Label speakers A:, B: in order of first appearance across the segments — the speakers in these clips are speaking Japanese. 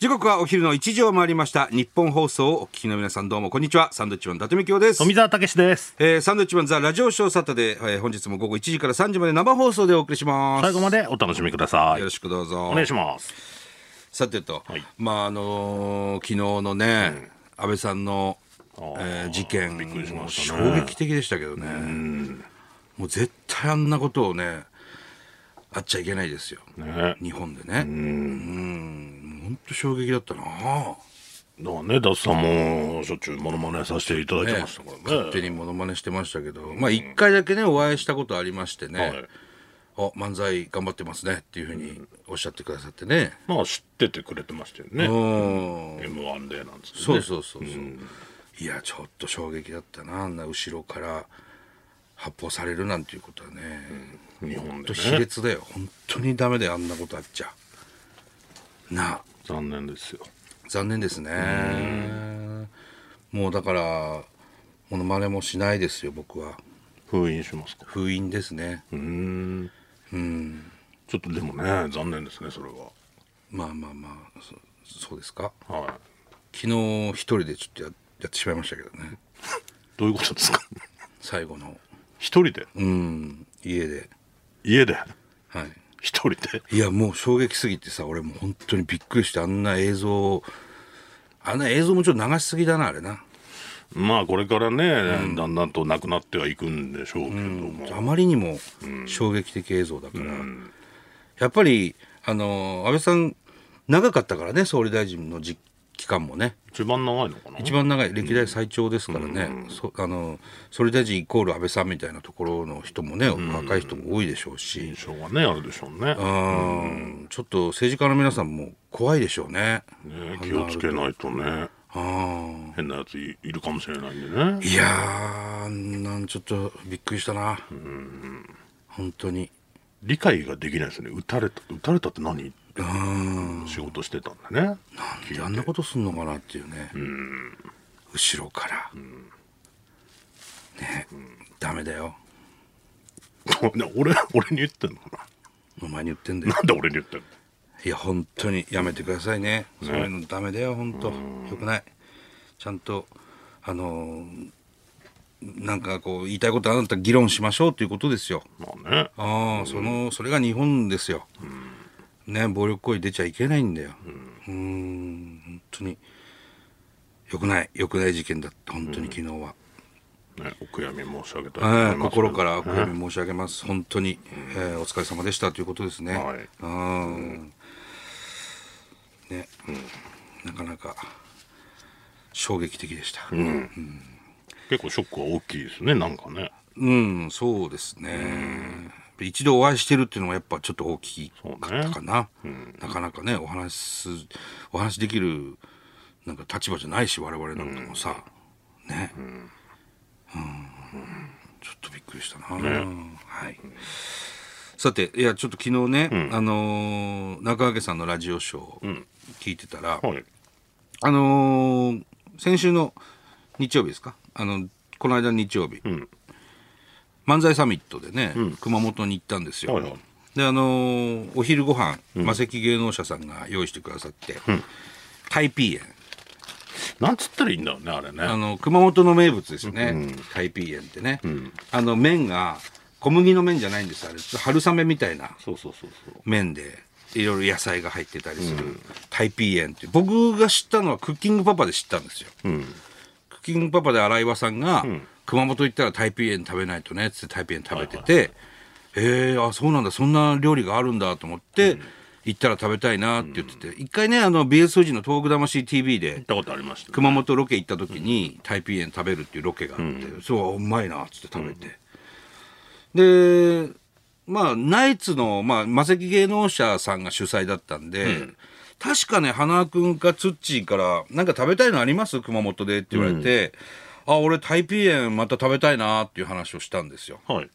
A: 時刻はお昼の1時を回りました日本放送をお聞きの皆さんどうもこんにちはサンドウィッチマン伊達美京です
B: 富澤たけしです。
A: えーサンドウィッチマンザラジオショーサタデー、えー本日も午後1時から3時まで生放送でお送りします
B: 最後までお楽しみください
A: よろ。しくどうぞ
B: お願いします。
A: さてと、
B: はい
A: まああのー昨日のね、安倍さんの、えー事件
B: びっくりしましたね
A: 衝撃的でしたけどね、もう絶対あんなことをねあっちゃいけないですよ
B: ね、
A: 日本でねうん本当衝撃だったな
B: だからね、ダスさんもしょっちゅうモノマネさせていただいてましたからね。
A: 勝手にモノマネしてましたけど、まあ1回だけねお会いしたことありましてね、
B: はい
A: あ漫才頑張ってますねっていうふうにおっしゃってくださってね、
B: まあ知っててくれてましたよね。
A: うん
B: M1 でなんですけど
A: そう
B: ね。
A: そうそうそう、いやちょっと衝撃だったなあんな後ろから発砲されるなんていうことはね、
B: 日本
A: ほんと
B: で
A: 卑
B: ね。
A: 劣だよ本当にダメだよあんなことあっちゃなあ
B: 残念ですよ。
A: 残念ですねもうだからモノマネもしないですよ僕は
B: 封印しますか。
A: 封印ですね、
B: うーん。ちょっとでもね、残念ですね、それ
A: まあまあまあそそうですか
B: は。はい。
A: 昨日一人でちょっとややってしまいましたけどね
B: どういうことですか
A: 最後の
B: 一人で
A: うん家で
B: 家で
A: はい
B: 一人で
A: いやもう衝撃すぎてさ俺もう本当にびっくりしてあんな映像をあんな映像もちょっと流しすぎだなあれな
B: まあこれからね、だんだんとなくなってはいくんでしょうけれども。
A: あまりにも衝撃的映像だから、やっぱりあのー安倍さん長かったからね総理大臣の実期間もね
B: 一番長いのかな
A: 一番長い歴代最長ですからね、そあのー総理大臣イコール安倍さんみたいなところの人もね、若い人も多いでしょうし、
B: 印象がねあるでしょうね
A: う、んちょっと政治家の皆さんも怖いでしょうね。
B: ね気をつけないとね
A: ああ
B: 変なやついいるかもしれないんでね
A: いやーあんなんちょっとびっくりしたな、本当に
B: 理解ができないですね撃たれた撃たれたって何
A: うん
B: 仕事してたんでね 聞いて
A: あんなことすんのかなっていうね、後ろから、ね、ダメだよ
B: ね俺俺に言ってんのか
A: お前に言ってんだ
B: な
A: よ
B: なんで俺に言ってんの
A: いや本当にやめてくださいねそういうのダメだよ本当よくないちゃんとあのーなんかこう言いたいことあなたら議論しましょうということですよ
B: まあね
A: ああ、そのそれが日本ですよ、ね暴力行為出ちゃいけないんだようーん本当に良くない良くない事件だった本当に昨日は、
B: ねお悔やみ申し上げたいと
A: は
B: 思
A: い
B: いますけど
A: 心からお悔やみ申し上げます、本当に、えーお疲れ様でしたということですね、
B: はいう
A: ーんね、なかなか衝撃的でした
B: 結構ショックは大きいですねなんかね
A: うん、そうですね。一度お会いしてるっていうのはやっぱちょっと大きかったかな。なかなかね、お話しす、お話しできる、なんか立場じゃないし、我々なんかもさ、ね。うん。ちょっとびっくりしたな。はい。さて、いや、ちょっと昨日ね、あのー中揚さんのラジオショーを聞いてたら、
B: はい
A: あのー先週の日曜日ですかあのこの間の日曜日、
B: ん
A: 漫才サミットでね、熊本に行ったんですよ、
B: はいはい
A: であのーお昼ご飯マセキ芸能者さんが用意してくださって、タイピーエン
B: なんつったらいいんだろうねあれ
A: あ
B: ね
A: の熊本の名物ですよね、タイピーエンってね、あの麺が小麦の麺じゃないんですあれ春雨みたいな
B: そうそうそうそう
A: 麺でいろいろ野菜が入ってたりする、タイピーエンって僕が知ったのはクッキングパパで知ったんですよ、クッキングパパで荒岩さんが、熊本行ったらタイピーエン食べないとねっつってタイピーエン食べてて、えー、あそうなんだそんな料理があるんだと思って、行ったら食べたいなって言ってて、一回ねあの BS 富士の「東北魂 TV」で
B: 行ったことありましたね
A: 熊本ロケ行った時にタイピーエン食べるっていうロケがあって、そううまいなっつって食べて、でまあナイツの、まあ、マセキ芸能者さんが主催だったんで、確かね花輪君かツッチーから「なんか食べたいのあります熊本で」って言われて「あ俺タイピーエンまた食べたいな」っていう話をしたんですよ。
B: はい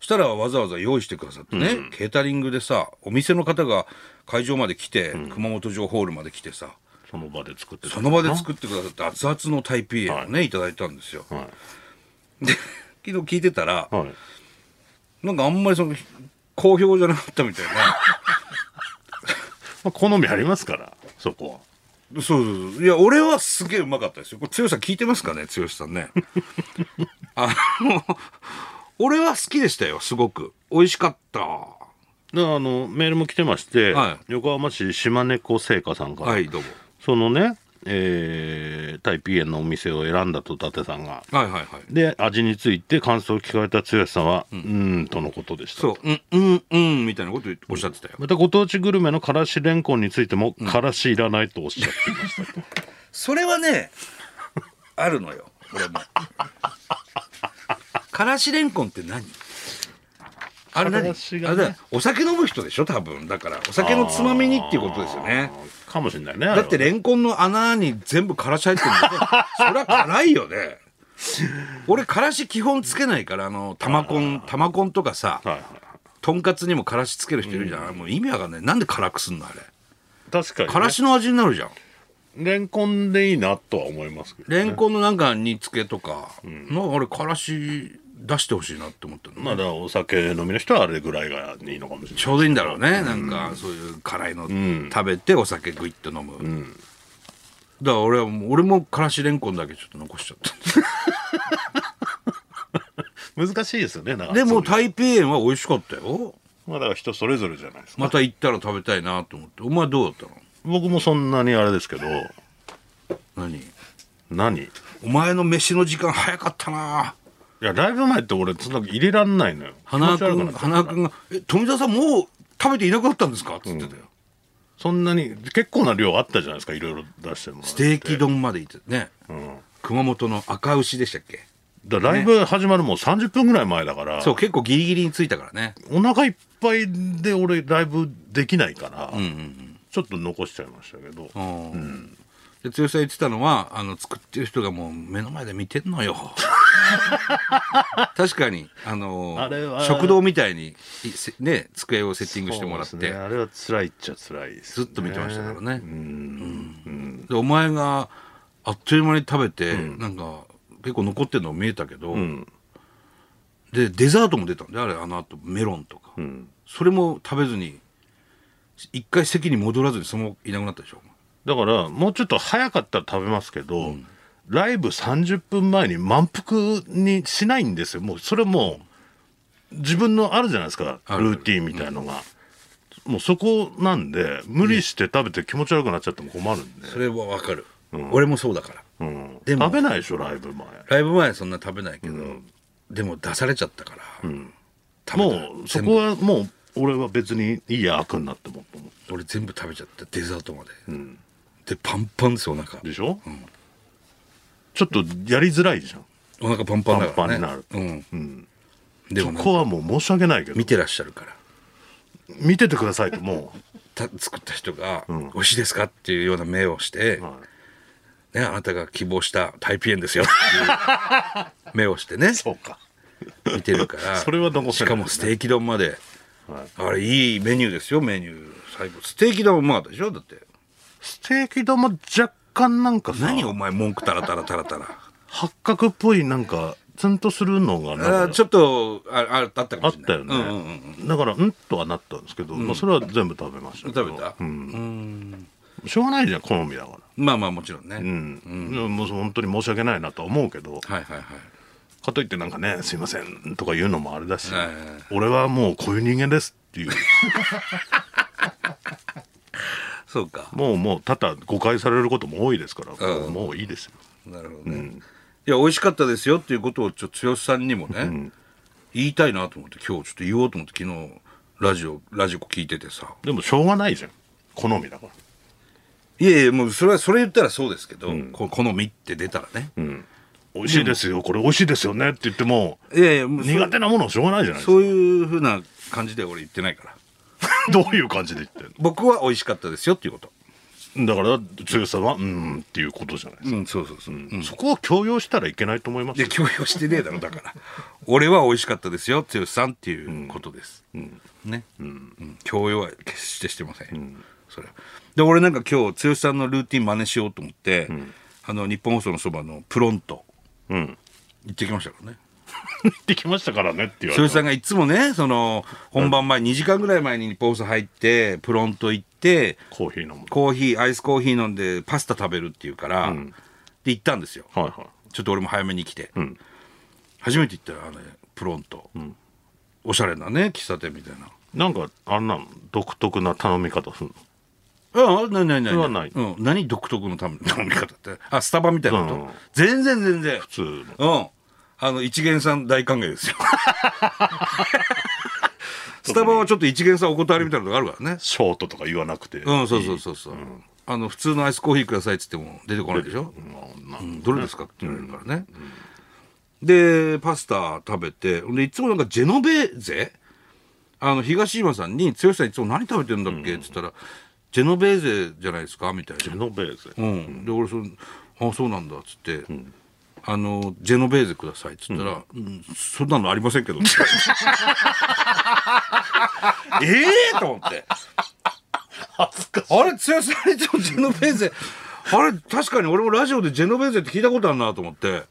A: したらわざわざ用意してくださってね、ケータリングでさお店の方が会場まで来て、熊本城ホールまで来てさ、
B: その場で作ってた
A: その場で作ってくださった熱々のタイピーエンをね、い、ただいたんですよ。
B: は
A: 昨日聞いてたら
B: い、はい
A: なんかあんまりその、好評じゃなかったみたいな。
B: まあ、好みありますからそこは
A: そうそうそういや俺はすげえうまかったですよこれ剛さん聞いてますかね剛さんねあの俺は好きでしたよすごく美味しかった
B: だからあのメールも来てまして、
A: は
B: 横浜市島猫製菓さんから、
A: はいどうも
B: そのね、えー、タイピーエンのお店を選んだと伊達さんが
A: はいはいはい
B: で味について感想を聞かれた剛さんは「うーん」とのことでした
A: そううんうんうんみたいなこと言っておっしゃってたよ
B: またご当地グルメのからしれんこんについても、からしいらないとおっしゃっていましたと
A: それはねあるのよ俺もからしれんこんって何あれ何、
B: からしが
A: あ
B: ね
A: れだよお酒飲む人でしょ多分だからお酒のつまみにっていうことですよね
B: あーかもしれないね
A: だって
B: ね
A: レンコンの穴に全部からし入ってるんだよそりゃ辛いよね俺からし基本つけないからあの玉コン玉コンとかさ
B: はいはい
A: とんかつにもからしつける人いるじゃん、もう意味わかんないなんで辛くすんのあれ
B: 確かに、ね、
A: からしの味になるじゃん
B: れんこんでいいなとは思いますけど、ね、
A: レンコンのなんか煮付けとか、の俺からし出してほしいなって思ったの、
B: まあだからお酒飲みの人はあれぐらいがいいのかもしれない
A: ちょうどいいんだろうね、なんかそういう辛いの食べてお酒グイッと飲む、だから俺はもう俺もからしれんこんだけちょっと残しちゃった
B: 難しいですよねだから
A: で
B: そうい
A: も
B: う
A: 台北園は美味しかったよ
B: まあだから人それぞれじゃないですか、
A: また行ったら食べたいなと思ってお前どうだったの
B: 僕もそんなにあれですけど
A: 何
B: 何い
A: お前の飯の時間早かったな
B: やライブ前って俺そんな入れらんないのよ
A: 花輪
B: 気持ち悪
A: 君
B: なっちゃうから
A: 花輪君が「え富澤さんもう食べていなくなったんですか?」っつってたよ、
B: そんなに結構な量あったじゃないですかいろいろ出してもらって
A: ステーキ丼まで行ってね、熊本の赤牛でしたっけ
B: だからライブ始まるもう30分ぐらい前だから、
A: そう結構ギリギリに着いたからね
B: お腹いっぱいで俺ライブできないから、ちょっと残しちゃいましたけど、
A: うんで剛さん言ってたのはあの作ってる人がもう目の前で見てんの よ確かにあの
B: あれは
A: 食堂みたいにいせね机をセッティングしてもらって、
B: そうですねあれは辛いっちゃ辛いです
A: ず
B: ね、
A: っと見てましたからね、うんでお前があっという間に食べて、なんか結構残ってるの見えたけど、でデザートも出たんであれあのあとメロンとか、それも食べずに一回席に戻らずにそのままいなくなったでしょ
B: だからもうちょっと早かったら食べますけど、ライブ30分前に満腹にしないんですよもうそれもう自分のあるじゃないですか
A: ある
B: ルーティンみたいのが、もうそこなんで無理して食べて気持ち悪くなっちゃっても困るんで、
A: それはわかる、俺もそうだから
B: うん、
A: でも
B: 食べないでしょライブ前
A: ライブ前はそんな食べないけど、でも出されちゃったから、食べた
B: もうそこはもう俺は別にいいや悪になってもと思
A: 俺全部食べちゃったデザートまで、でパンパンですよお腹
B: うでしょ、ちょっとやりづらいじゃん
A: お腹パンパンだから、ね、
B: パンパン
A: うんでも
B: そ
A: ね
B: こはもう申し訳ないけど
A: 見てらっしゃるから
B: 見ててくださいっても
A: た作った人が「美味しいですか?」っていうような目をして、
B: は
A: ね、あなたが希望したタイピエンですよっていう目をしてね
B: うそうか
A: 見てるから
B: それは残せ
A: し
B: ない
A: かもステーキ丼まで、
B: はい
A: あれいいメニューですよメニュー最後ステーキ丼うまかったでしょだって
B: ステーキ玉若干なんかさ
A: 何お前文句たらたらたらたら
B: 八角っぽいなんかツンとするのが
A: あ
B: な
A: ー
B: ん
A: ち
B: か
A: ょっとあああったか
B: あ
A: も
B: っ
A: しれ
B: た
A: ない
B: よね、
A: うんうんうん
B: だからうんとはなったんですけど、まあ、それは全部食べましたけど
A: 食べた、
B: しょうがないじゃん好みだから
A: まあまあもちろんね、
B: うん、でももう本当に申し訳ないなとは思うけど
A: はいはいはい
B: かといってなんかね「すいません」とか言うのもあれだし、
A: はい
B: 俺はもうこういう人間ですって いう
A: そうか
B: もうもう多々誤解されることも多いですから、
A: うん
B: もういいですよ
A: なるほどね、いや美味しかったですよっていうことをちょっと剛さんにもね、言いたいなと思って今日ちょっと言おうと思って昨日ラジオラジコ聞いててさ
B: でもしょうがないじゃん好みだから
A: いやいやもうそれはそれ言ったらそうですけど、こ好みって出たらね、
B: 美味しいですよこれ美味しいですよねって言っても
A: いやいやもうそ
B: 苦手なものはしょうがないじゃないですか
A: そういうふうな感じで俺言ってないから
B: どういう感じで言って
A: 僕は美味しかったですよっていうこと
B: んのだから強さはうんっていうことじゃないですか、
A: うんそうそうそう、うん
B: そこを強要したらいけないと思います
A: で強要してねえだろだから俺は美味しかったですよ剛さんっていうことです、ね、うん強要は決してしてません、それはで俺なんか今日剛さんのルーティン真似しようと思って、あの日本放送のそばのプロント
B: うん
A: 行ってきましたからね
B: 行ってきましたからねって言わ
A: 翔
B: れ
A: 一さ
B: て
A: んがいつもねその本番前2時間ぐらい前に日本放送入ってプロント行って
B: コーヒー飲む
A: コーヒーアイスコーヒー飲んでパスタ食べるっていうから、で行ったんですよ
B: はいは
A: ちょっと俺も早めに来て、
B: ん
A: 初めて行ったらあのねプロント、おしゃれなね喫茶店みたいない
B: なんかあんなの独特な頼み方する
A: ああ、ないないない。
B: それはない
A: うん、何独特のため飲み方って。あ、スタバみたいなこと、
B: うん
A: 全然全 然。
B: 普通
A: う
B: の
A: ん。あの、一元さん大歓迎ですよ。 スタバはちょっと一元さんお断りみたいなのがあるからね。
B: ショートとか言わなくて
A: うん、そうそうそうそう。あの、普通のアイスコーヒーくださいって言っても出てこないでしょ。
B: まあな
A: うんどれですかって言われるからね。で、パスタ食べて、で、いつもなんかジェノベーゼあの、東島さんに、剛さんいつも何食べてるんだっけって言ったら、ジェノベーゼじゃないですかみたいな
B: ジ。ェノベーゼ
A: うん、で俺そのあそうなんだ」っつって、あの「ジェノベーゼください」っつったら、うんそんなのありませんけど」 ええと思って
B: 恥ずかしい
A: あれ剛さんいつもジェノベーゼあれ確かに俺もラジオでジェノベーゼって聞いたことあるなと思って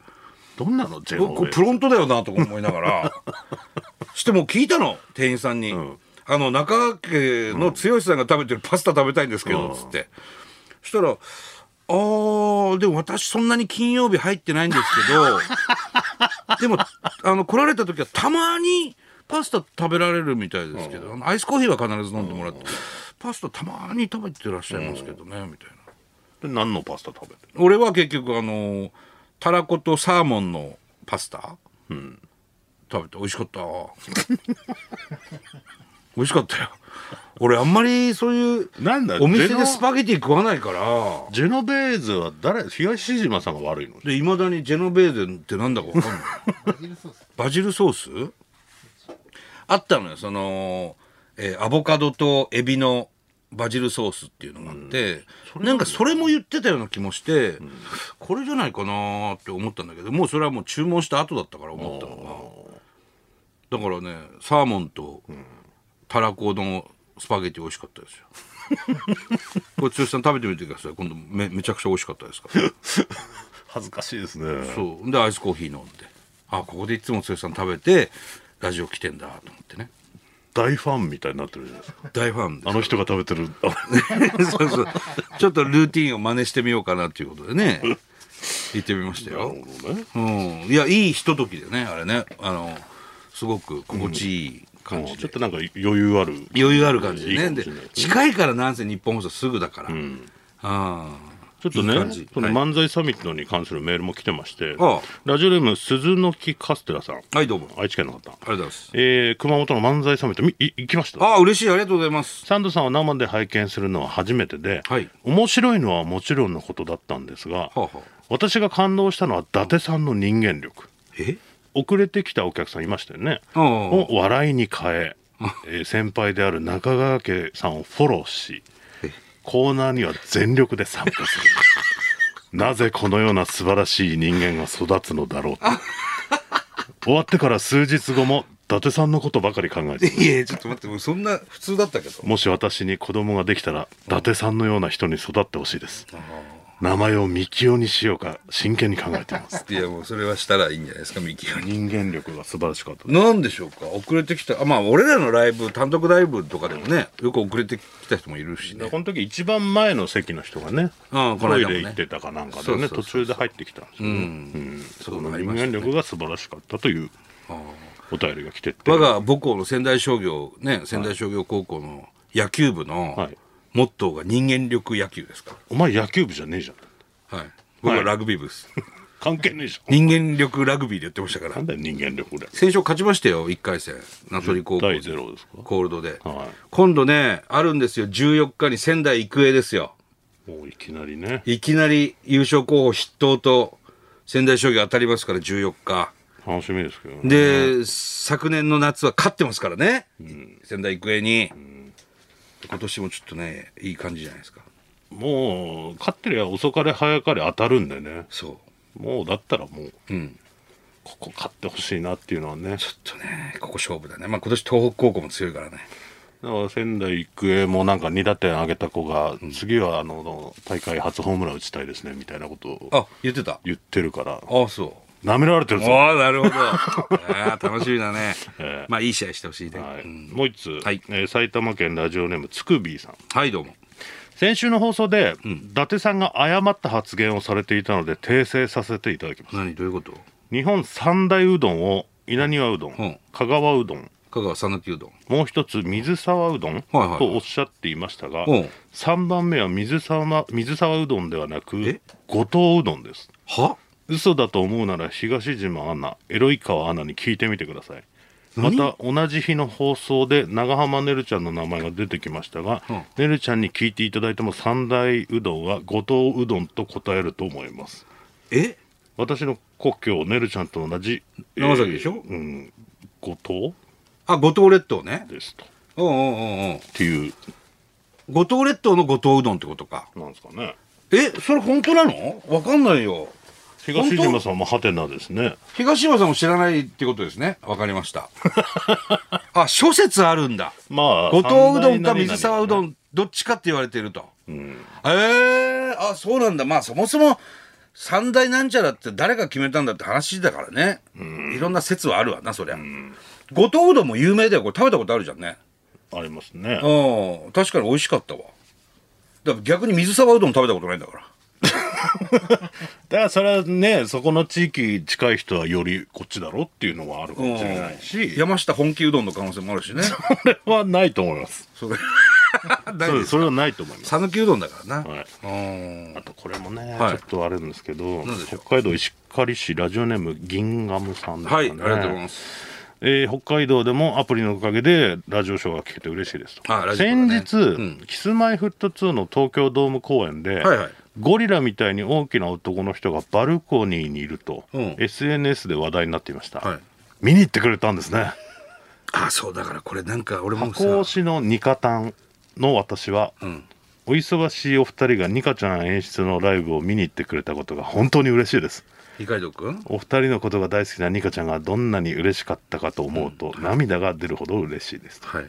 B: どんなのジェ
A: うわ
B: ノ
A: こ
B: ベ
A: れ
B: ー
A: プ
B: ゼ
A: ロントだよなとか思いなが らしてもう聞いたの店員さんに、あの中川家の剛さんが食べてるパスタ食べたいんですけど、つってそしたら「あーでも私そんなに金曜日入ってないんですけど でもあの来られた時はたまにパスタ食べられるみたいですけど、あのアイスコーヒーは必ず飲んでもらって、パスタたまに食べてらっしゃいますけどね、みたいな。
B: で何のパスタ食べてる
A: 俺は結局あのたらことサーモンのパスタ、食べて美味しかった 美味しかったよ俺あんまりそういう
B: なんだ
A: お店
B: ジェ
A: で
B: ノ
A: スパゲティ食わないから
B: ジェノベーゼは誰東島さんが悪いの
A: でいまだにジェノベーゼってなんだかわかんないバジルソースあったのよその、えーアボカドとエビのバジルソースっていうのがあって、なんかそれも言ってたような気もして、これじゃないかなーって思ったんだけどもうそれはもう注文した後だったから思ったのがだからねサーモンとたらこのスパゲティ美味しかった ですよこれ剛さん食べてみてください今度めめちゃくちゃ美味しかったですから
B: 恥ずかしいですね
A: そうでアイスコーヒー飲んであここでいつも剛さん食べてラジオ来てんだと思ってね
B: 大ファンみたいになってるじゃないですか
A: 大ファンで
B: あの人が食べてるあ
A: す そうそうちょっとルーティンを真似してみようかなっていうことでね行ってみました
B: な
A: よ
B: る、ほどね
A: うん、いやいいひとときでねあれねあのすごく心地いい感じ
B: ちょ
A: で
B: っ、となんか余裕ある
A: 余裕ある感じでね
B: いいかも
A: で
B: しれないですね
A: 近いからなんせ日本放送すぐだから、あ
B: ちょっと
A: いい
B: ね
A: 感じ
B: その
A: はい
B: 漫才サミットに関するメールも来てまして、
A: ああ
B: ラジオネーム鈴の木カステラさん
A: あはいどうもあ
B: 愛知県の方、
A: りがとうございます
B: えー、熊本の漫才サミットみい行きました
A: あ嬉しいありがとうございます
B: サンドさんを生で拝見するのは初めてで、
A: はい
B: 面白いのはもちろんのことだったんですが、
A: はあはあ
B: 私が感動したのは伊達さんの人間力
A: え
B: 遅れてきたお客さんいましたよね
A: ああ
B: を笑いに変ええー先輩である中川家さんをフォローしコーナーには全力で参加する なぜこのような素晴らしい人間が育つのだろう と終わってから数日後も伊達さんのことばかり考えて
A: いやちょっと待ってもうそんな普通だったけど
B: もし私に子供ができたら伊達さんのような人に育ってほしいです名前をみきおにしようか真剣に考えています
A: いやもうそれはしたらいいんじゃないですかミキが
B: 人間力が素晴らしかった
A: なんでしょうか遅れてきたあまあ俺らのライブ単独ライブとかでもねよく遅れてきた人もいるしね
B: この時一番前の席の人がね
A: うんこの
B: トイ
A: 間もね
B: レ行ってたかなんか
A: そ
B: で
A: うそ
B: ね
A: うそう
B: 途中で入ってきたんですよね
A: そう
B: うん
A: なり
B: 人
A: まし
B: 間
A: た
B: 力が素晴らしかったというお便りが来てて
A: 我が母校の仙台商業ね仙台商業高校の野球部
B: は
A: の
B: い
A: モットーが人間力野球ですか
B: お前野球部じゃねえじゃん
A: らはい僕はラグビー部です、
B: 関係ねえじゃん
A: 人間力ラグビーでやってましたか
B: な
A: ら
B: んだよ人間力で
A: 先週勝ちましたよ1回戦名取高校で
B: 第ゼロですか
A: コールドで、
B: はい
A: 今度ねあるんですよ14日に仙台育英ですよ
B: もういきなりね
A: いきなり優勝候補筆頭と仙台商業当たりますから14日。
B: 楽しみですけどね
A: で、昨年の夏は勝ってますからね。仙台育英に。今年もちょっとね、いい感じじゃないですか。
B: もう勝ってりゃ遅かれ早かれ当たるんでね
A: そ
B: もうだったらもう
A: う。うん。
B: ここ勝ってほしいなっていうのはね
A: ちょっとね、ここ勝負だね。まあ今年東北高校も強いからね。
B: だから仙台育英もなんか2打点上げた子が、次はあの大会初ホームラン打ちたいですねみたいなことを
A: あ、言ってた。
B: 言ってるから
A: あ、そ
B: 舐められてる
A: お
B: ぞ。
A: ーなるほど あー楽しみだね
B: え
A: まあいい試合してほしいね
B: は
A: う
B: い、
A: ん
B: もう一つ、
A: はい
B: えー埼玉県ラジオネームつくびーさん
A: はいどうも
B: 先週の放送で、伊達さんが誤った発言をされていたので訂正させていただきます
A: 何どういうこと
B: 日本三大うどんを稲庭うどん、
A: ん
B: 香川うどん
A: 香川讃岐うどん
B: もう一つ水沢うどん、
A: はいはい
B: とおっしゃっていましたが、
A: うん
B: 3番目は水沢水沢うどんではなく
A: え
B: 五島うどんです
A: は
B: 嘘だと思うなら東島アナエロイ川アナに聞いてみてくださいま
A: 何
B: た同じ日の放送で長浜ねるちゃんの名前が出てきましたが、
A: うん
B: ねるちゃんに聞いていただいても三大うどんは五島うどんと答えると思います
A: え
B: 私の故郷ねるちゃんと同じ
A: 長崎でしょ
B: えーうん五島
A: あ五島列島ね
B: ですとっ
A: うんうんうんうん
B: ていう
A: 五島列島の五島うどんってことか
B: なんですかね
A: えそれ本当なのわかんないよ
B: 東島さんもハテナですね
A: 東山さんも知らないってことですねわかりました あ諸説あるんだ
B: まあ
A: 五島うどんか水沢うど
B: ん、
A: んどっちかって言われてると
B: うん
A: ええあそうなんだまあそもそも三大なんちゃらって誰が決めたんだって話だからね、いろんな説はあるわなそりゃ、五島うどんも有名だよこれ食べたことあるじゃんね
B: ありますね
A: うん確かに美味しかったわだから逆に水沢うどん食べたことないんだから
B: だからそれはねそこの地域近い人はよりこっちだろっていうのはあるかもしれないし
A: 山下本気うどんの可能性もあるしね
B: これはないと思います
A: そ れ
B: そ
A: 大丈
B: うで
A: 夫
B: すそれはないと思います、
A: 讃岐うどんだからな、
B: はい、
A: うん
B: あとこれもね、
A: はい
B: ちょっとあるんですけど
A: なんでしょ
B: 北
A: う
B: 海道石狩市ラジオネーム銀ガムさんですか
A: はい、
B: ね
A: ありがとうございます。
B: えー北海道でもアプリのおかげでラジオショーが聞けて嬉しいですと、
A: あラジオ
B: 先
A: ね
B: 日、キスマイフット2の東京ドーム公演で、
A: はいはい
B: ゴリラみたいに大きな男の人がバルコニーにいると、
A: うん
B: SNS で話題になっていました、
A: はい
B: 見に行ってくれたんですね
A: あ、そうだからこれなんか俺もさ、
B: 講師のニカタンの私は、
A: ん
B: お忙しいお二人がニカちゃん演出のライブを見に行ってくれたことが本当に嬉しいです
A: 二階堂くん。
B: お二人のことが大好きなニカちゃんがどんなに嬉しかったかと思うと、涙が出るほど嬉しいですと
A: はい。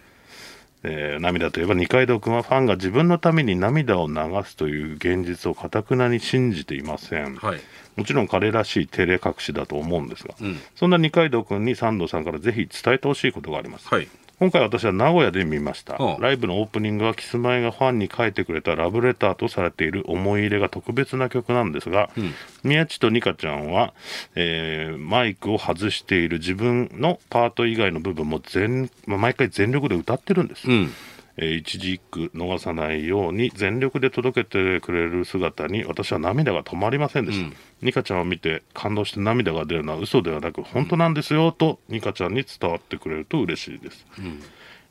B: えー涙といえば二階堂君はファンが自分のために涙を流すという現実をかたくなに信じていません、
A: はい。
B: もちろん彼らしい照れ隠しだと思うんですが、
A: うん
B: そんな二階堂君に三藤さんからぜひ伝えてほしいことがあります、
A: はい。
B: 今回私は名古屋で見ました、
A: うん
B: ライブのオープニングはキスマイがファンに書いてくれたラブレターとされている思い入れが特別な曲なんですが、宮地とニカちゃんは、えーマイクを外している自分のパート以外の部分も全、まあ毎回全力で歌ってるんです、
A: うん。
B: えー一字一句逃さないように全力で届けてくれる姿に私は涙が止まりませんでした、ニカちゃんを見て感動して涙が出るのは嘘ではなく本当なんですよとニカちゃんに伝わってくれると嬉しいです、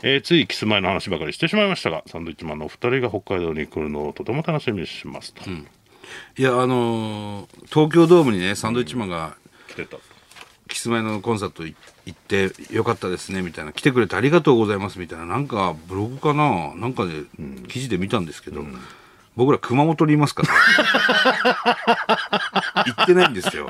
B: えーついキス前の話ばかりしてしまいましたがサンドウィッチマンのお二人が北海道に来るのをとても楽しみにしますと、
A: いやあのー東京ドームにねサンドウィッチマンが
B: 来てたと
A: キスマイのコンサートい行ってよかったですねみたいな来てくれてありがとうございますみたいななんかブログかななんかで、記事で見たんですけど、僕ら熊本にいますから 行ってないんですよ。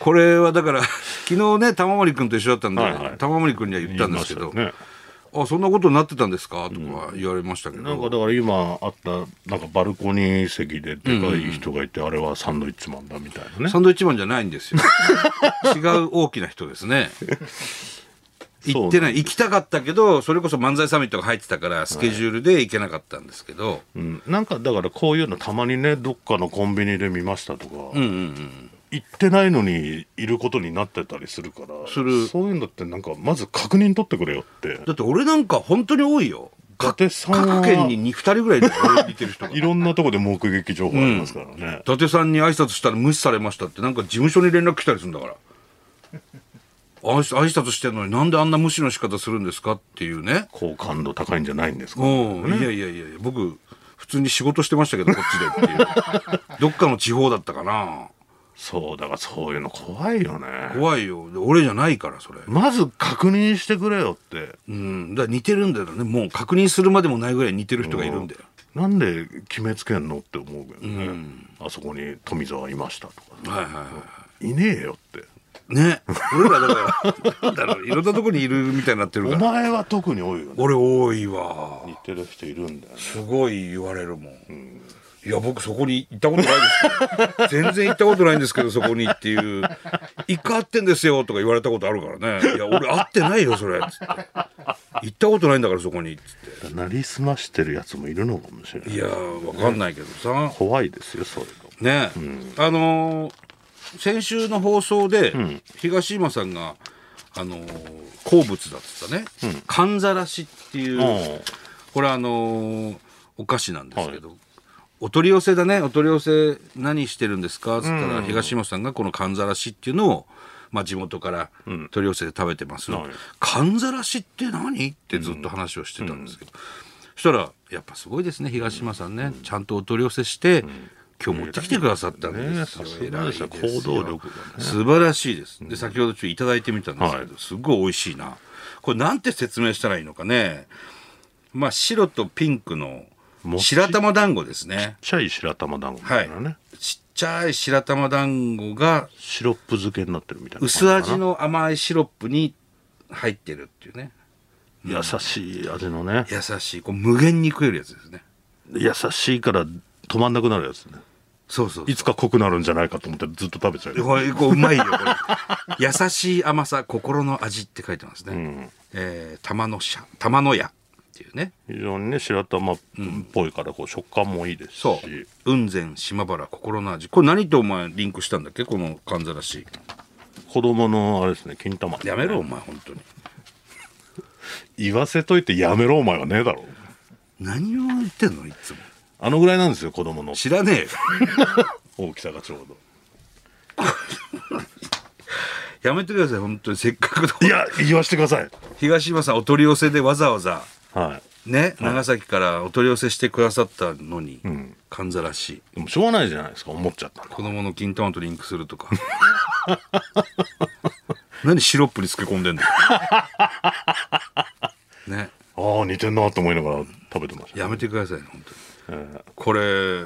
A: これはだから昨日ね玉森君と一緒だったんで、
B: はいはい
A: 玉森君には言ったんですけ
B: 言
A: ど
B: いましたね
A: 「あそんなことになってたんですか?」とか言われましたけど、
B: なんかだから今あったなんかバルコニー席ででかい人がいて、あれはサンドウィッチマンだみたいなね
A: サンドイッチマンじゃないん ですよ。違う大きな人ですね。行ってない。行きたかったけど、それこそ漫才サミットが入ってたから、スケジュールで行けなかったんですけど、
B: うん、なんかだからこういうのたまにねどっかのコンビニで見ましたとか、
A: うんうんうん。
B: 行ってないのにいることになってたりするから
A: する
B: そういうのってなんかまず確認取ってくれよって
A: だって俺なんか本当に多いよ。
B: 伊
A: か
B: 達さんは
A: 各県に 2, 人ぐらいで俺似てる人 が。
B: いろんなとこで目撃情報ありますからね
A: 伊、達さんに挨拶したら無視されましたって、なんか事務所に連絡来たりするんだから。挨挨拶してんのになんであんな無視の仕方するんですかっていうね。
B: 好感度高いんじゃないんですか、
A: うん、いやいやいやいや僕普通に仕事してましたけどこっちで っていうどっかの地方だったかな
B: そうだからそういうの怖いよね
A: 怖いよで俺じゃないからそれ
B: まず確認してくれよって
A: うんだから似てるんだよねもう確認するまでもないぐらい似てる人がいるんだよ、
B: なんで決めつけんのって思うけどね、あそこに富澤いましたとか
A: はいはいはい
B: ねえよって
A: いね俺らだからなんだろういろんなとこにいるみたいになってる
B: お
A: から
B: 前は特に多いよね
A: 俺多いわ
B: 似てる人いるんだよね
A: すごい言われるもん、いや僕そこに行ったことないです よ全然行ったことないんですけどそこにっていう「一回会ってんですよ」とか言われたことあるからね「いや俺会ってないよそれ」つって「行ったことないんだからそこに」つっ
B: なりすましてるやつもいるのかもしれな
A: て
B: い
A: いやーわかんないけどさ
B: 怖いですよそういうの
A: ね、あのー先週の放送で、
B: ん
A: 東山さんが、あのー好物だっつったね、寒ざらしっていう、
B: うん
A: これあのーお菓子なんですけど、お取り寄せだねお取り寄せ何してるんですかっつったら、東山さんがこの寒ざらしっていうのを、まあ、地元から取り寄せで食べてます、
B: はい
A: 寒ざらしって何ってずっと話をしてたんですけど、そしたらやっぱすごいですね東島さんね、ちゃんとお取り寄せして、今日持ってきてくださったんですよ、
B: ねえ
A: 偉いですよ
B: さすがですよ行動力がね
A: 素晴らしいですで先ほどちょっといただいてみたんですけど、
B: はい
A: すごい美味しいなこれなんて説明したらいいのかねまあ白とピンクの
B: 餅
A: 白玉団子ですね
B: ちっちゃい白玉団子み
A: は
B: た
A: い
B: いなね、
A: ちっちゃい白玉団子が
B: シロップ漬けになってるみたいな
A: 薄味の甘いシロップに入ってるっていうね
B: 優しい味のね
A: 優しいこう無限に食えるやつですね
B: 優しいから止まんなくなるやつね
A: そうそうそう
B: いつか濃くなるんじゃないかと思ってずっと食べちゃう
A: これこううまいよこれ優しい甘さ心の味って書いてますね、
B: ん
A: えー玉の社玉の屋っていうね
B: 非常にね白玉っぽいからこう食感もいいですし、
A: そう雲仙島原心の味これ何とお前リンクしたんだっけこの寒ざらし
B: 子供のあれですね金玉、
A: やめろお前本当に
B: 言わせといてやめろお前はねえだろ
A: 何を言ってんのいつも
B: あのぐらいなんですよ子供の
A: 知らねえよ
B: 大きさがちょうど
A: やめてください本当にせっかくの
B: いや言わしてください
A: 東島さんお取り寄せでわざわざ
B: は
A: ね、長崎からお取り寄せしてくださったのに、寒ざらし
B: いでもしょうがないじゃないですか思っちゃったんだ
A: 子供の金玉とリンクすると か何シロップに漬け込ん でんだよね
B: ああ似てんなと思いながら食べてました、
A: やめてくださいね本当に
B: えー
A: これ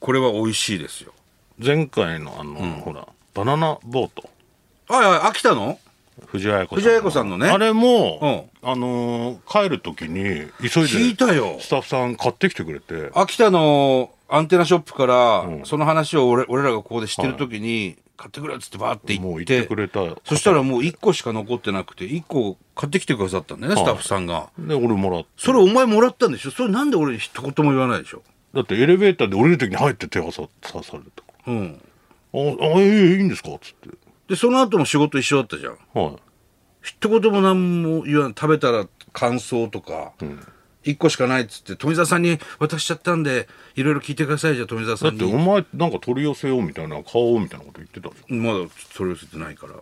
A: これは美味しいですよ
B: 前回のあの、ほらバナナボート
A: ああ秋田の
B: 藤あや子さんの
A: 藤あや子さんのね
B: あれも、あのー帰る時に急
A: 聞
B: い
A: い
B: で
A: たよ
B: スタッフさん買ってきてくれて
A: 秋田のアンテナショップからその話を俺俺らがここで知ってる時に買ってくれっつってバーって
B: もう
A: 行っ
B: 行っててくれた
A: そしたらもう1個しか残ってなくて1個買ってきてくださったんだよね
B: は
A: ス
B: い
A: タッフさんが
B: で俺もらって
A: それお前もらったんでしょそれなんで俺に一言も言わないでしょ
B: だってエレベーターで降りる時に入って手をさ刺されたから
A: うん
B: 「ああいいいいんですか?」っつって
A: でその後も仕事一緒だったじゃん
B: は
A: 一言も何も言わない食べたら感想とか、一1個しかないっつって富澤さんに渡しちゃったんでいろいろ聞いてくださいじゃあ富澤
B: いだ
A: さ
B: っ
A: ん
B: て「
A: に
B: お前なんか取り寄せよう」みたいな買おうみたいなこと言ってたじゃん
A: まだそれを捨ててないから、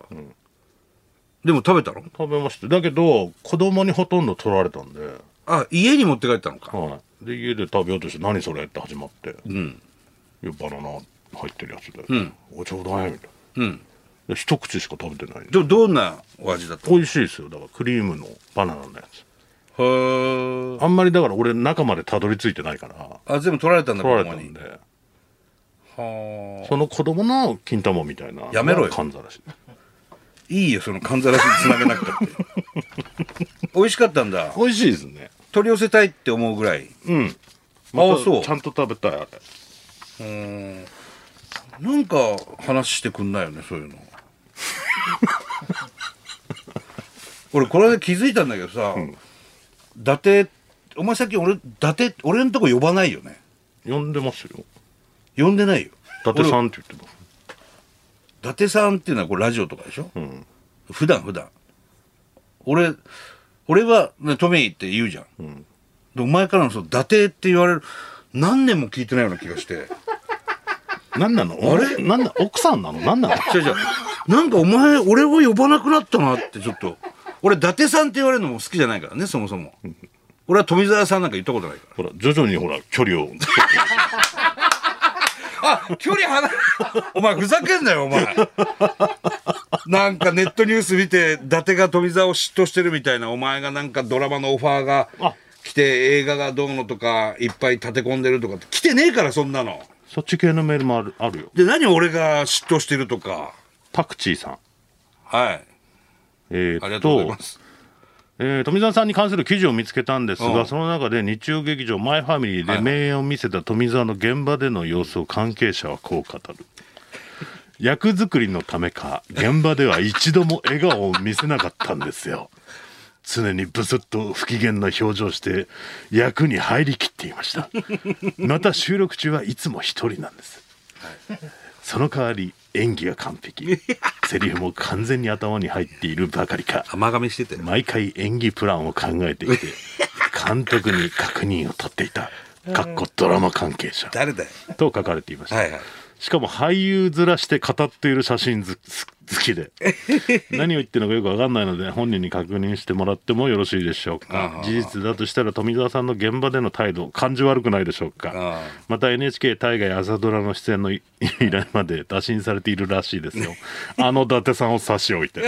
A: でも食べたの
B: 食べましただけど子供にほとんど取られたんで、
A: あ家に持って帰ったのか、
B: はい、で家で食べようとして「何それ?」って始まって「いやバナナ入ってるやつで、おちょうだい」みたいな、で一口しか食べてない
A: でもどんなお味だった
B: 美味しいですよだからクリームのバナナのやつ
A: へー
B: あんまりだから俺中までたどり着いてないから
A: あ全部取られたんだ
B: 取られ
A: こ
B: た
A: こ
B: ん
A: に
B: で
A: は
B: その子供の金玉みたいな
A: やめろよ
B: かんざらし
A: ーいいよその寒ざらしにつなげなくたって 美味しかったんだ
B: 美味しいですね
A: 取り寄せたいって思うぐらい
B: うん
A: ああ
B: た
A: そう
B: ちゃんと食べたいあれ
A: うんなんか話してくんないよねそういうの 俺これで気づいたんだけどさ、伊達お前さっき俺伊達俺のとこ呼ばないよね
B: 呼んでますよ
A: 呼んでないよ
B: 伊達さんって言ってます
A: 伊達さんっていうのはこれラジオとかでしょ、
B: ん
A: 普段普段俺俺は、ね、トミーって言うじゃん、でお前からのその伊達って言われる何年も聞いてないような気がして
B: 何なのあれなんだ奥さんなの何なの
A: 違う違うなんかお前俺を呼ばなくなったなってちょっと俺伊達さんって言われるのも好きじゃないからねそもそも俺は富澤さんなんか言ったことないか
B: ほら徐々にほら距離を
A: らあ距離離れお前ふざけんなよお前なんかネットニュース見て伊達が富澤を嫉妬してるみたいなお前がなんかドラマのオファーが
B: あ
A: 来て映画がどうのとかいっぱい立て込んでるとかって来てねえからそんなの
B: そっち系のメールもあるあるよ
A: で何俺が嫉妬してるとか
B: パクチーさん
A: はい
B: え
A: あり
B: ー、
A: が
B: っ
A: とうござい
B: と
A: ます
B: えー富澤さんに関する記事を見つけたんです
A: う
B: が
A: ん
B: その中で日曜劇場「マイファミリー」
A: は
B: で
A: い
B: 名演を見せた富澤の現場での様子を関係者はこう語る役作りのためか現場では一度も笑顔を見せなかったんですよ常にブスッと不機嫌な表情をして役に入りきっていましたまた収録中はいつも一人なんですその代わり演技が完璧セリフも完全に頭に入っているばかりか
A: 甘噛みしてたよ。
B: 毎回演技プランを考えてい て監督に確認を取っていたかっこドラマ関係者
A: 誰だよ。
B: と書かれていました、
A: はいはい。
B: しかも俳優ずらして語っている写真ずす好き で何を言ってるのかよく分かんないので本人に確認してもらってもよろしいでしょうか
A: ああ
B: 事実だとしたら富澤さんの現場での態度感じ悪くないでしょうか
A: ああ
B: また NHK 大河や朝ドラの出演の い依頼まで打診されているらしいです よあの伊達さんを差し置いて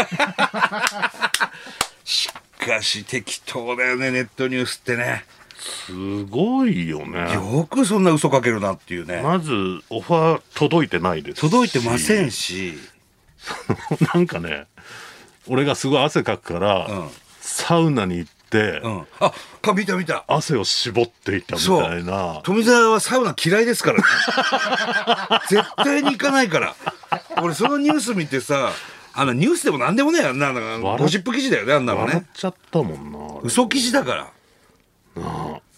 A: しかし適当だよね、ネットニュースってね。
B: すごいよね
A: よくそんな嘘かけるなっていうね。
B: まずオファー届いてないですし
A: 届いてませんし、
B: なんかね俺がすごい汗かくから、
A: うん
B: サウナに行って、
A: うん。あ、か見た見た。
B: 汗を絞っていたみ
A: そう
B: たいな
A: 富澤はサウナ嫌いですからね 絶対に行かないから俺そのニュース見てさあのニュースでも何でもねえあんなの
B: 笑っ
A: ゴシップ記事だよねあんなの
B: 笑っ
A: ね
B: ちゃったもんな
A: 嘘記事だから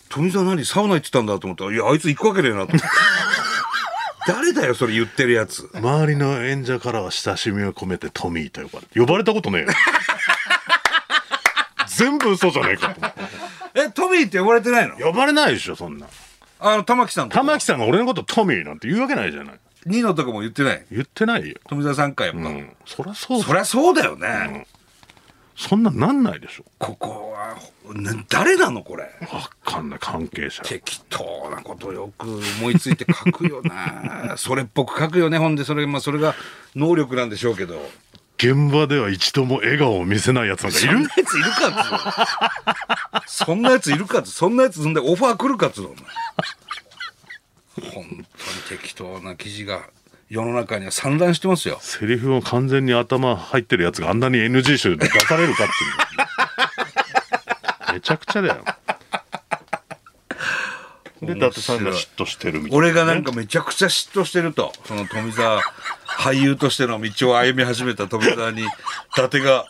A: 富澤何サウナ行ってたんだと思ったらいやあいつ行くわけねえなと思って 誰だよそれ言ってるやつ
B: 周りの演者からは親しみを込めてトミーと呼ばれて呼ばれたことねえよ全部嘘じゃねえかと思って
A: えトミーって呼ばれてないの
B: 呼ばれないでしょそんな
A: あの玉木さんと
B: 玉木さんが俺のことトミーなんて言うわけないじゃない
A: ニノとかも言ってない
B: 言ってないよ、
A: 富澤さんかやっぱ、
B: うん、そりゃそうだ
A: そりゃそうだよね、
B: そんなんなんないでしょ
A: ここはな誰なのこれ
B: わかんない関係者
A: 適当なことよく思いついて書く よなそれっぽく書くよねほんでそれ,、まあ、それが能力なんでしょうけど
B: 現場では一度も笑顔を見せないやつなんかい
A: そんな
B: る
A: やついるかっつうのそんなやついるかっつうそんなやつそんでオファー来るかっつうのお前本当に適当な記事が世の中には散乱してますよ
B: セリフを完全に頭入ってるやつがあんなに NG 集で出されるかっていうめちゃくちゃだよで伊達さんが嫉妬してるみたいなね、
A: 俺がなんかめちゃくちゃ嫉妬してるとその富澤俳優としての道を歩み始めた富澤に伊達が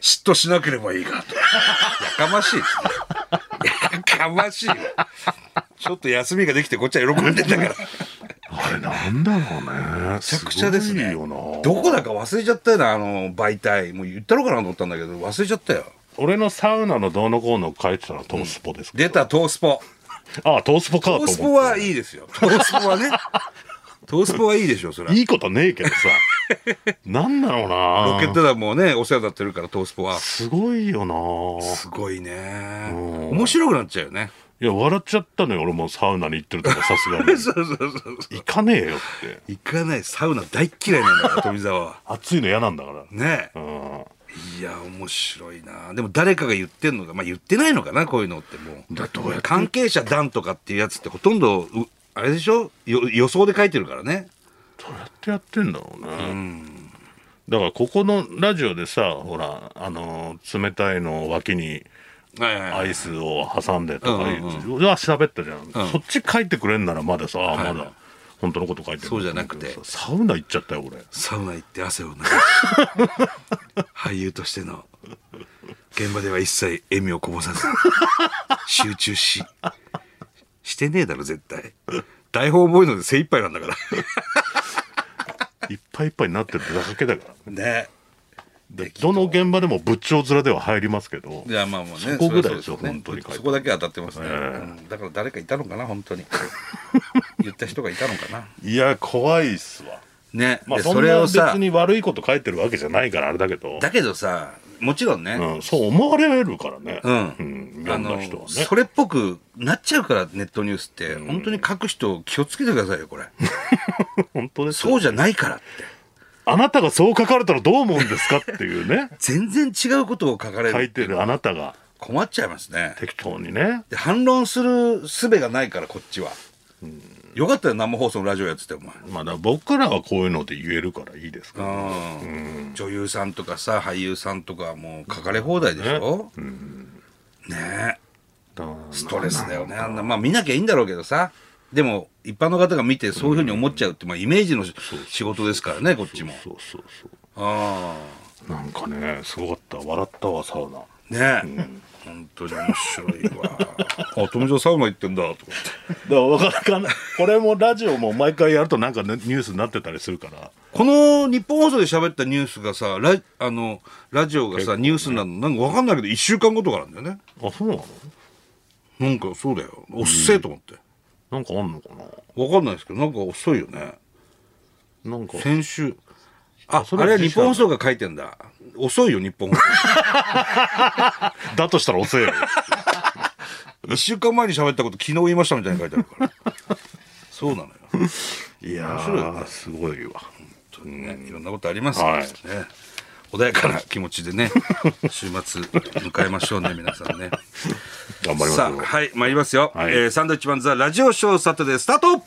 A: 嫉妬しなければいいかとやかましいですねやかましいわちょっと休みができてこっちは喜んでんだからめ
B: あれなんだろうねめ
A: ちゃくちゃですね
B: よな
A: どこだか忘れちゃったよなあの媒体もう言ったろうかなと思ったんだけど忘れちゃったよ
B: 俺のサウナのどうのこうの書いてたのはトースポですけ
A: 出たトースポ
B: ど、ああトースポかと
A: トー
B: 思って
A: スポはいいですよトースポはねトースポはいいでしょそれはい
B: いことねえ けどさなんだろう
A: ロ
B: な
A: ケット団もねお世話になってるからトースポは
B: すごいよな
A: すごいね
B: ん
A: 面白くなっちゃうよね
B: いや笑っちゃったのよ俺もサウナに行ってると かさすがに
A: そうそうそうそう
B: 行かねえよって
A: 行かないサウナ大っ嫌いなんだから富澤は
B: 暑いの嫌なんだから
A: ねえ
B: うん
A: いや面白いなでも誰かが言ってんのかまあ言ってないのかなこういうのってもう
B: だどうやって
A: 関係者団とかっていうやつってほとんどうあれでしょよ予想で書いてるからね
B: どうやってやってんだろうね、だからここのラジオでさほらあのー冷たいのを脇に
A: はいはい
B: アイスを挟んでとか
A: うん
B: 言
A: うん
B: うは喋ったじゃん、
A: ん
B: そっち書いてくれんならまださ、あ
A: はい
B: まだ本当のこと書いてる
A: そうじゃなくて
B: サウナ行っちゃったよ俺
A: サウナ行って汗を流し俳優としての現場では一切笑みをこぼさず集中ししてねえだろ絶対台本覚えるので精一杯なんだから
B: いっぱいいっぱいになってるだけだから
A: ね
B: でどの現場でも仏頂面では入りますけど
A: いやまあまあね
B: そこぐらいですよ
A: それはそう
B: 本当に書いて
A: そこだけ当たってますね、
B: ええ
A: うんだから誰かいたのかな本当に言った人がいたのかない
B: や怖いっすわ
A: ね、
B: まあ
A: で
B: そ
A: そ
B: れ
A: れを
B: を
A: さ
B: 別に悪いこと書いてるわけじゃないからあれだけど
A: だけどさもちろんね、
B: うん、そう思われるからね、
A: うん
B: うん、い
A: あ
B: ろんな
A: の
B: 人はね
A: それっぽくなっちゃうからネットニュースって、本当に書く人気をつけてくださいよこれ
B: 本当ですよ
A: そうじゃないからって
B: あなたがそう書かれたらどう思うんですかっていうね
A: 全然違うことを書かれ
B: 書い
A: る
B: てるあなたが
A: 困っちゃいますね
B: 適当にね
A: で反論する術がないからこっちは、よかったよ生放送のラジオやっててお前
B: まあだから僕らはこういうので言えるからいいですけど
A: うん女優さんとかさ俳優さんとかはもう書かれ放題でしょ、うんねえ
B: だから
A: ストレスだよねあんなまあ見なきゃいいんだろうけどさでも一般の方が見てそういうふうに思っちゃうって、まあ、イメージの仕事ですからねこっちも
B: そうそうそう
A: あ
B: なんかねすごかった笑ったわサウナ
A: あねえ、本当に面白いわあ富澤サウナ行ってんだとか
B: だから分からんこれもラジオも毎回やるとなんか、ね、ニュースになってたりするから
A: この日本放送で喋ったニュースがさラあのラジオがさ、ニュースになるのなんか分かんないけど1週間後とかなんだよね
B: あそうなの
A: なんかそうだよおっせえと思って、
B: なんかあんのか
A: 分かんないですけどなんか遅いよね
B: ななんか
A: 先週あ
B: それ
A: あれは
B: 自
A: 日
B: 社の
A: 本放送が書いてんだ遅いよ日本 放送
B: だとしたら遅いよ
A: 1週間前に喋ったこと昨日言いましたみたいに書いてあるからそうなのよ本
B: いやーすごいわ
A: 当にねいろんなことありますから
B: はい
A: ね、穏やかな気持ちでね 週末迎えましょうね皆さんね
B: 頑張ります
A: さあ
B: よ
A: はい参りますよ、
B: はい
A: えーサンドウィッチマンザラジオショーサタデースタート